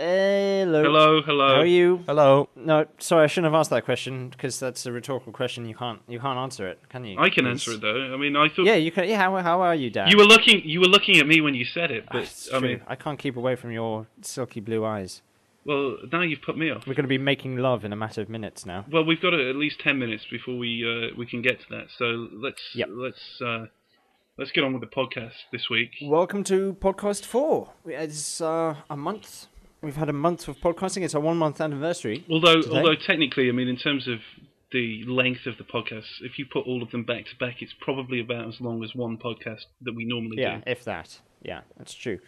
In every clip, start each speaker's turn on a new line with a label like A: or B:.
A: Hello.
B: Hello, hello.
A: How are you?
C: Hello.
A: No, sorry, I shouldn't have asked that question because that's a rhetorical question. You can't you can't answer it, can you?
B: I can
A: Please.
B: answer it though. I mean, I thought
A: Yeah, you can. Yeah, how, how are you, Dad?
B: you were looking you were looking at me when you said it,
A: Ah,
B: but
A: it's
B: I
A: true.
B: mean,
A: I can't keep away from your silky blue eyes.
B: well, now you've put me off.
A: We're going to be making love in a matter of minutes now.
B: Well, we've got at least ten minutes before we uh, we can get to that. So let's
A: Yep.
B: let's uh, let's get on with the podcast this week.
A: Welcome to podcast four. It's uh, a month. We've had a month of podcasting. It's our one month anniversary.
B: Although
A: Today?
B: although technically, I mean, in terms of the length of the podcast, if you put all of them back to back, it's probably about as long as one podcast that we normally
A: Yeah,
B: do.
A: if that. Yeah, that's true.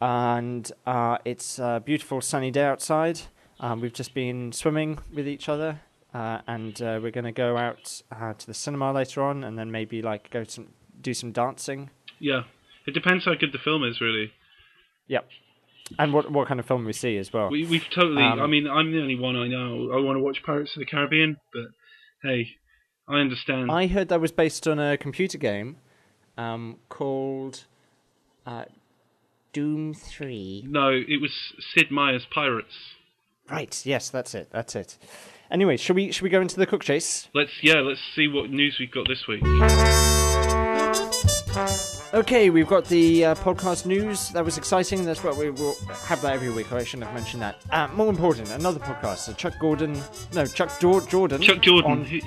A: And uh, it's a beautiful sunny day outside. Um, we've just been swimming with each other, uh, and uh, we're going to go out uh, to the cinema later on, and then maybe like go some do some dancing.
B: Yeah, it depends how good the film is, really.
A: Yep. And what what kind of film we see as well?
B: We, we've totally.
A: Um,
B: I mean, I'm the only one I know. I want to watch Pirates of the Caribbean, but hey, I understand.
A: I heard that was based on a computer game um, called uh, Doom Three.
B: no, it was Sid Meier's Pirates.
A: Right. Yes, that's it. That's it. Anyway, should we should we go into the cook chase?
B: Let's yeah, let's see what news we've got this week.
A: Okay, we've got the uh, podcast news. That was exciting. That's what we will have that every week. I shouldn't have mentioned that. Uh, more important, another podcast. So Chuck Gordon, no Chuck Jor- Jordan.
B: Chuck Jordan.
A: on the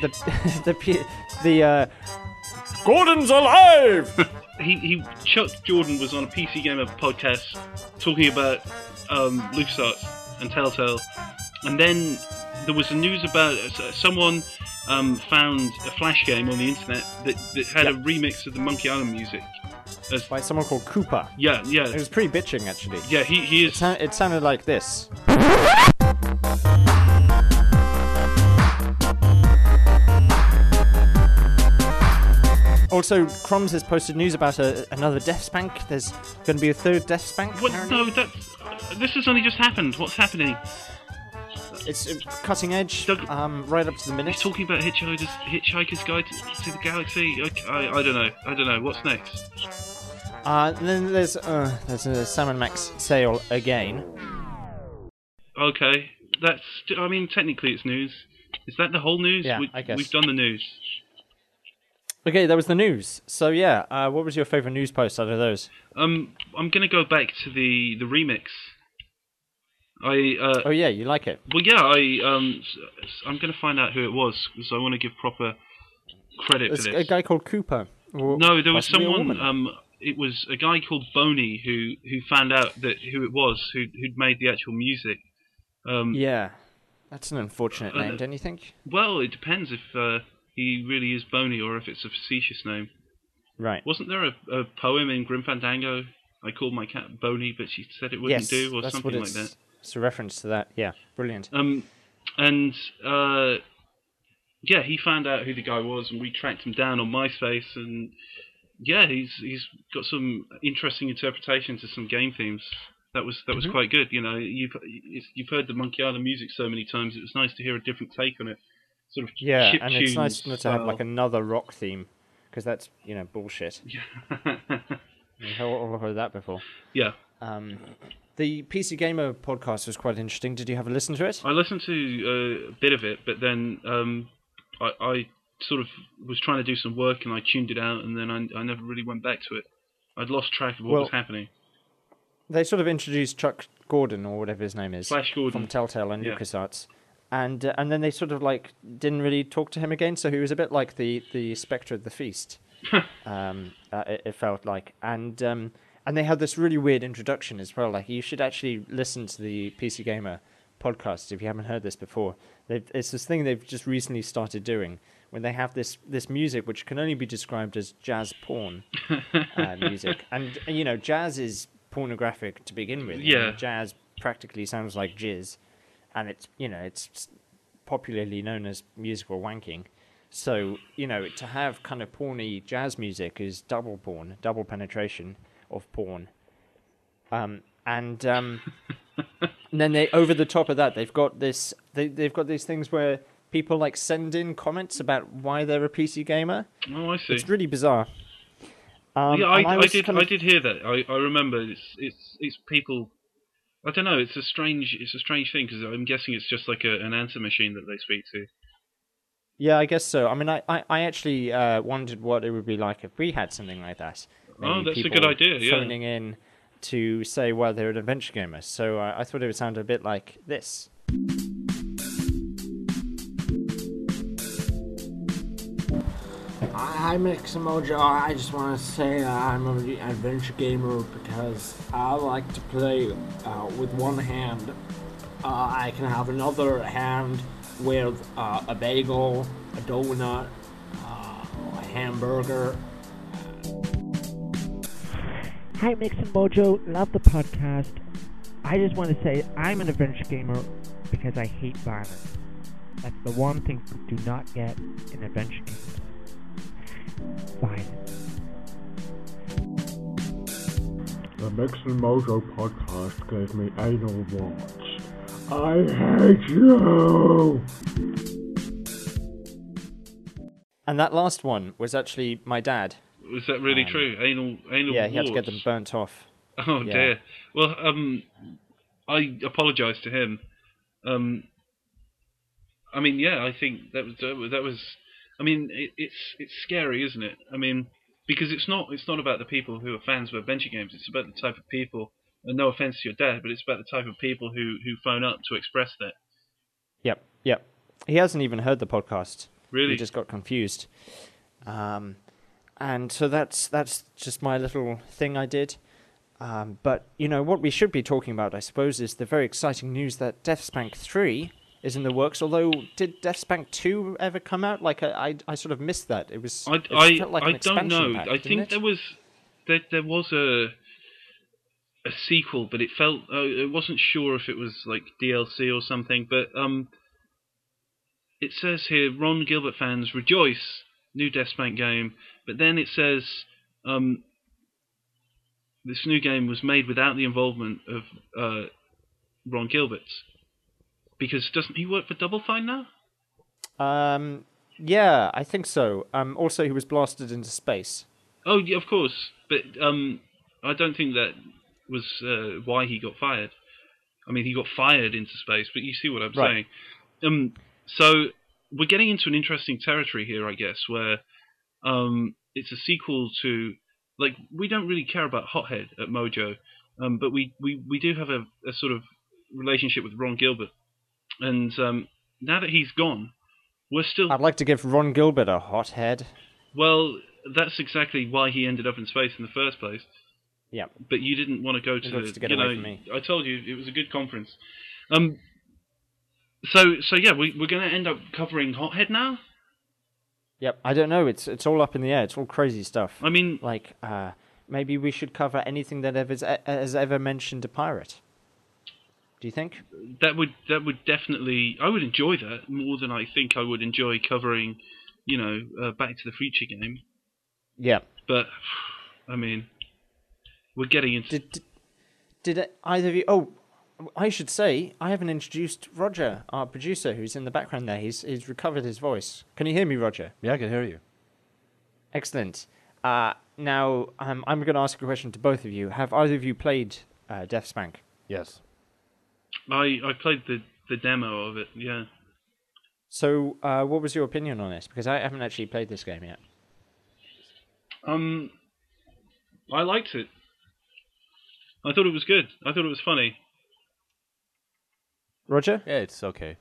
A: the P- the uh, Gordon's alive.
B: He, he Chuck Jordan was on a PC Gamer podcast talking about um, LucasArts and Telltale, and then there was the news about uh, someone um, found a Flash game on the internet that, that had a remix of the Monkey Island music. As,
A: By someone called Cooper.
B: yeah,
A: It
B: yeah,
A: was pretty bitching actually.
B: yeah. He, he
A: It
B: is.
A: sou- It sounded like this. Also, Crumbs has posted news about a, another death spank. There's going to be a third death spank.
B: What?
A: apparently.
B: No, that's. uh, This has only just happened. What's happening?
A: It's uh, cutting edge,
B: Doug-
A: um, right up to the minute.
B: He's talking about Hitchhiker's Hitchhiker's Guide to, to the Galaxy. I, I, I don't know. I don't know. What's next?
A: Uh, and then there's uh, there's a Salmon Max sale again.
B: Okay, that's. I mean, technically, it's news. Is that the whole news?
A: Yeah,
B: we,
A: I guess.
B: we've done the news.
A: Okay, that was the news. So yeah, uh, what was your favourite news post out of those?
B: Um, I'm gonna go back to the the remix. I uh,
A: Oh yeah, you like it.
B: well, yeah, I um, s- s- I'm gonna find out who it was because I want to give proper credit
A: It's
B: for
A: a
B: this.
A: guy called Cooper. or
B: No, there was
A: possibly a
B: someone.
A: woman.
B: Um, it was a guy called Boney who who found out that who it was who who'd made the actual music. Um,
A: Yeah, that's an unfortunate
B: Uh,
A: name, don't you think?
B: Well, it depends if uh, he really is Boney or if it's a facetious name.
A: Right.
B: Wasn't there a, a poem in Grim Fandango? I called my cat Boney, but she said it wouldn't
A: yes,
B: do, or
A: that's
B: something
A: what
B: like
A: it's,
B: that.
A: It's a reference to that. Yeah, brilliant.
B: Um, and uh, yeah, he found out who the guy was, and we tracked him down on MySpace, and yeah, he's he's got some interesting interpretations of some game themes. That was that was
A: Mm-hmm.
B: quite good. You know, you've it's, you've heard the Monkey Island music so many times. It was nice to hear a different take on it. Sort of
A: Yeah,
B: chiptune
A: and it's nice not to have
B: style.
A: like another rock theme because that's you know bullshit. We heard all heard that before.
B: yeah.
A: Um, the PC Gamer podcast was quite interesting. Did you have a listen to it?
B: I listened to uh, a bit of it, but then um, I, I sort of was trying to do some work and I tuned it out, and then I, I never really went back to it. I'd lost track of what
A: Well-
B: was happening.
A: They sort of introduced Chuck Gordon or whatever his name is
B: Flash Gordon.
A: from Telltale and
B: Yeah.
A: LucasArts. And, uh, and then they sort of like didn't really talk to him again, so he was a bit like the, the spectre of the feast. um, uh, it, it felt like, and um, and they had this really weird introduction as well. Like you should actually listen to the PC Gamer podcast if you haven't heard this before. They've, it's this thing they've just recently started doing when they have this this music which can only be described as jazz porn uh, music, and you know jazz is pornographic to begin with. I mean,
B: Yeah.
A: jazz practically sounds like jizz, and it's you know it's popularly known as musical wanking. So, you know, to have kind of porny jazz music is double porn, double penetration of porn. Um, and, um, and then they over the top of that, they've got this. They, they've got these things where people like send in comments about why they're a PC gamer.
B: Oh, I see.
A: It's really bizarre. Um,
B: yeah, I,
A: and
B: I,
A: was
B: did.
A: kind of-
B: I did hear that. I, I remember. It's it's it's people. I don't know. It's a strange. It's a strange thing because I'm guessing it's just like a, an answer machine that they speak to.
A: Yeah, I guess so. I mean, I, I, I actually uh, wondered what it would be like if we had something like that.
B: Oh, that's a
A: people
B: good idea, yeah.
A: Phoning in to say why they're an adventure gamer. So uh, I thought it would sound a bit like this.
C: Hi, Mixamojo. I just want to say that I'm an adventure gamer because I like to play uh, with one hand. Uh, I can have another hand with uh, a bagel, a donut, uh, a hamburger,
D: Hi, Mix and Mojo. Love the podcast. I just want to say I'm an adventure gamer because I hate violence. That's the one thing you do not get in adventure games. Violence.
E: The Mix and Mojo podcast gave me anal once. I hate you!
A: And that last one was actually my dad.
B: Is that really true? Anal, anal.
A: Um, Yeah, he had to get
B: warts?
A: them burnt off.
B: Oh
A: Yeah.
B: dear. Well, um, I apologise to him. Um, I mean, yeah, I think that was that was. I mean, it, it's it's scary, isn't it? I mean, because it's not it's not about the people who are fans of adventure games. It's about the type of people. And no offence to your dad, but it's about the type of people who who phone up to express that.
A: Yep, yep. He hasn't even heard the podcast.
B: Really?
A: He just got confused. Um, and so that's that's just my little thing I did. Um, but you know what we should be talking about, I suppose, is the very exciting news that Deathspank three is in the works. Although, did Deathspank two ever come out? Like I, I, I sort of missed that. It was.
B: I,
A: it
B: I,
A: felt like an
B: I don't
A: expansion
B: know.
A: pack,
B: I
A: didn't
B: think
A: it?
B: there was there there was a a sequel, but it felt uh, it wasn't sure if it was like DLC or something. But um, it says here Ron Gilbert fans rejoice new Deathspank game, but then it says um, this new game was made without the involvement of uh, Ron Gilbert's because doesn't he work for Double Fine now?
A: Um, yeah, I think so. Um, also, he was blasted into space.
B: Oh, yeah, of course, but um, I don't think that was uh, why he got fired. I mean, he got fired into space, but you see what I'm
A: Right.
B: saying. Um, so we're getting into an interesting territory here, I guess, where um, it's a sequel to like we don't really care about Hothead at Mojo, um, but we, we, we do have a, a sort of relationship with Ron Gilbert, and um, now that he's gone, we're still
A: I'd like to give Ron Gilbert a hot head.
B: well. That's exactly why he ended up in space in the first place.
A: Yeah.
B: but you didn't want to go to,
A: He wants
B: the,
A: to get
B: you
A: away
B: know,
A: from me.
B: I told you it was a good conference. Um, so so yeah, we, we're going to end up covering Hothead now.
A: Yep, I don't know. It's it's all up in the air. It's all crazy stuff.
B: I mean,
A: Like, uh, maybe we should cover anything that ever has ever mentioned a pirate. Do you think?
B: that would that would definitely I would enjoy that more than I think I would enjoy covering, you know, uh, Back to the Future game.
A: Yeah.
B: But I mean, we're getting into
A: Did did, did it- either of you? Oh, I should say I haven't introduced Roger, our producer, who's in the background there. He's he's recovered his voice. Can you hear me, Roger?
F: Yeah, I can hear you.
A: Excellent. Uh, now um, I'm going to ask a question to both of you. Have either of you played uh, Deathspank?
F: Yes.
B: I I played the the demo of it. Yeah.
A: So, uh, what was your opinion on this? Because I haven't actually played this game yet.
B: Um, I liked it. I thought it was good. I thought it was funny.
A: Roger?
F: Yeah, it's okay.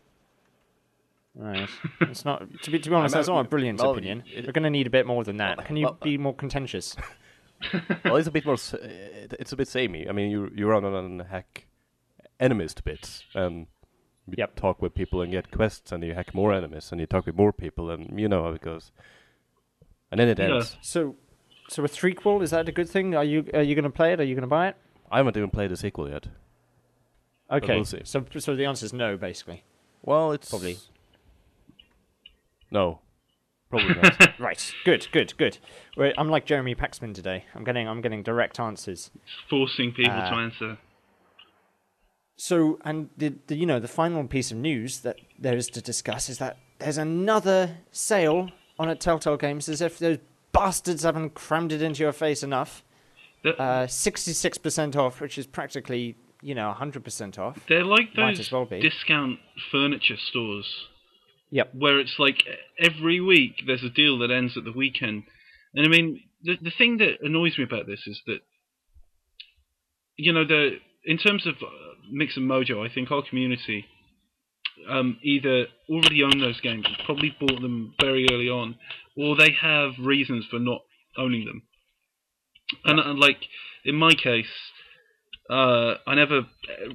A: Right. It's not to be to be honest,
F: I'm
A: that's
F: out-
A: not a brilliant
F: well,
A: opinion.
F: it-
A: We're going to need a bit more than that. Can you
F: well,
A: be more contentious?
F: well, it's a bit more. s- uh, It's a bit samey. I mean, you you run on a hack enemies to bits, and you
A: Yep.
F: talk with people and get quests, and you hack more enemies, and you talk with more people, and you know how it goes. And then it
B: Yeah.
F: ends.
A: So, so a threequel is that a good thing? Are you are you going to play it? Are you going to buy it?
F: I haven't even played the sequel yet.
A: Okay.
F: we'll see.
A: So, so the answer is no, basically.
F: Well, it's
A: Probably.
F: no, probably not.
A: Right. Good. Good. Good. Wait, I'm like Jeremy Paxman today. I'm getting I'm getting direct answers.
B: forcing people
A: Uh,
B: to answer.
A: So, and the, the you know the final piece of news that there is to discuss is that there's another sale on at Telltale Games, as if those bastards haven't crammed it into your face enough.
B: That-
A: uh, 66% off, which is practically, you know, 100% off.
B: They're like
A: Might
B: those
A: as well be.
B: discount furniture stores
A: Yep.
B: where it's like every week there's a deal that ends at the weekend. And I mean, the the thing that annoys me about this is that you know the in terms of uh, Mix and Mojo, I think our community um, either already own those games, probably bought them very early on, or they have reasons for not owning them. And, and like in my case, uh, I never uh,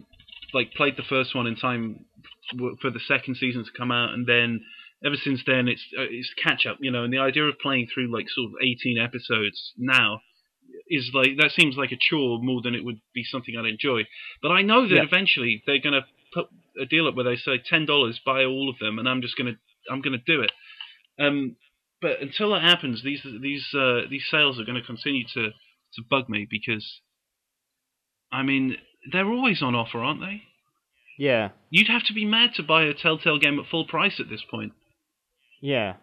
B: like played the first one in time w- for the second season to come out, and then ever since then it's uh, it's catch up, you know. And the idea of playing through like sort of eighteen episodes now is like that seems like a chore more than it would be something I'd enjoy. But I know that
A: Yeah.
B: eventually they're gonna put a deal up where they say ten dollars buy all of them, and I'm just gonna I'm gonna do it. Um, but until that happens, these these uh, these sales are going to continue to to bug me because, I mean, they're always on offer, aren't they?
A: Yeah.
B: You'd have to be mad to buy a Telltale game at full price at this point.
A: Yeah.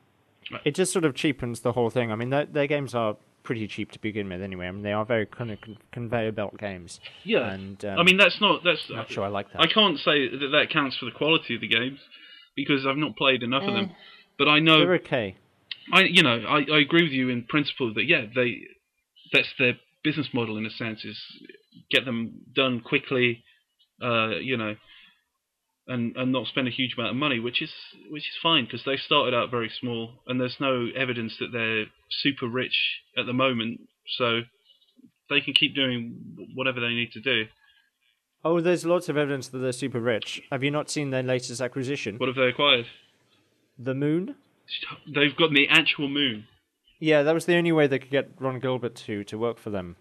B: Right.
A: It just sort of cheapens the whole thing. I mean, their, their games are pretty cheap to begin with, anyway. I mean, they are very kind of con- conveyor belt games.
B: Yeah.
A: And um,
B: I mean, that's not that's.
A: not sure I like that.
B: I can't say that that counts for the quality of the games because I've not played enough of them. But I know
A: They're okay.
B: I you know I, I agree with you in principle that yeah they that's their business model in a sense is get them done quickly uh you know and and not spend a huge amount of money which is which is fine because they started out very small and there's no evidence that they're super rich at the moment so they can keep doing whatever they need to do
A: Oh, there's lots of evidence that they're super rich. Have you not seen their latest acquisition?
B: what have they acquired
A: The Moon?
B: they've got the actual moon
A: Yeah, that was the only way they could get Ron Gilbert to, to work for them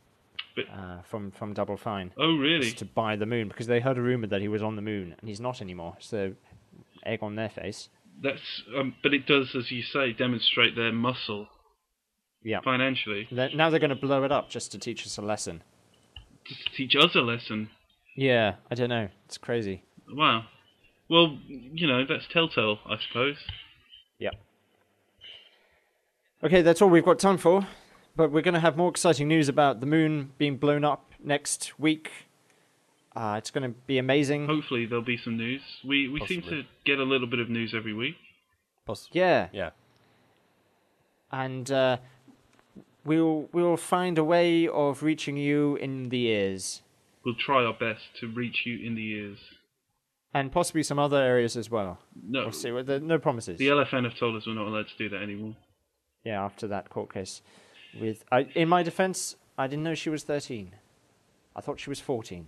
B: But-
A: uh, from, from Double Fine.
B: oh
A: was
B: really
A: To buy the moon, because they heard a rumor that he was on the moon, and he's not anymore. So, egg on their face.
B: that's um, but it does as you say demonstrate their muscle
A: Yeah.
B: financially
A: They're- now they're going to blow it up just to teach us a lesson.
B: just to teach us a lesson.
A: Yeah, I don't know. It's crazy.
B: Wow. Well, you know, that's telltale, I suppose.
A: Yep. Okay, that's all we've got time for. But we're going to have more exciting news about the moon being blown up next week. Uh, it's going to be amazing.
B: Hopefully there'll be some news. We we seem to
F: Possibly.
B: get a little bit of news every week.
F: Poss-
A: Yeah,
F: yeah.
A: and uh, we'll we'll find a way of reaching you in the ears,
B: We'll try our best to reach you in the ears.
A: and possibly some other areas as well.
B: No,
A: We'll see. Well, there- No promises.
B: the LFN have told us we're not allowed to do that anymore.
A: Yeah, after that court case, with I, in my defence, I didn't know she was thirteen. I thought she was fourteen.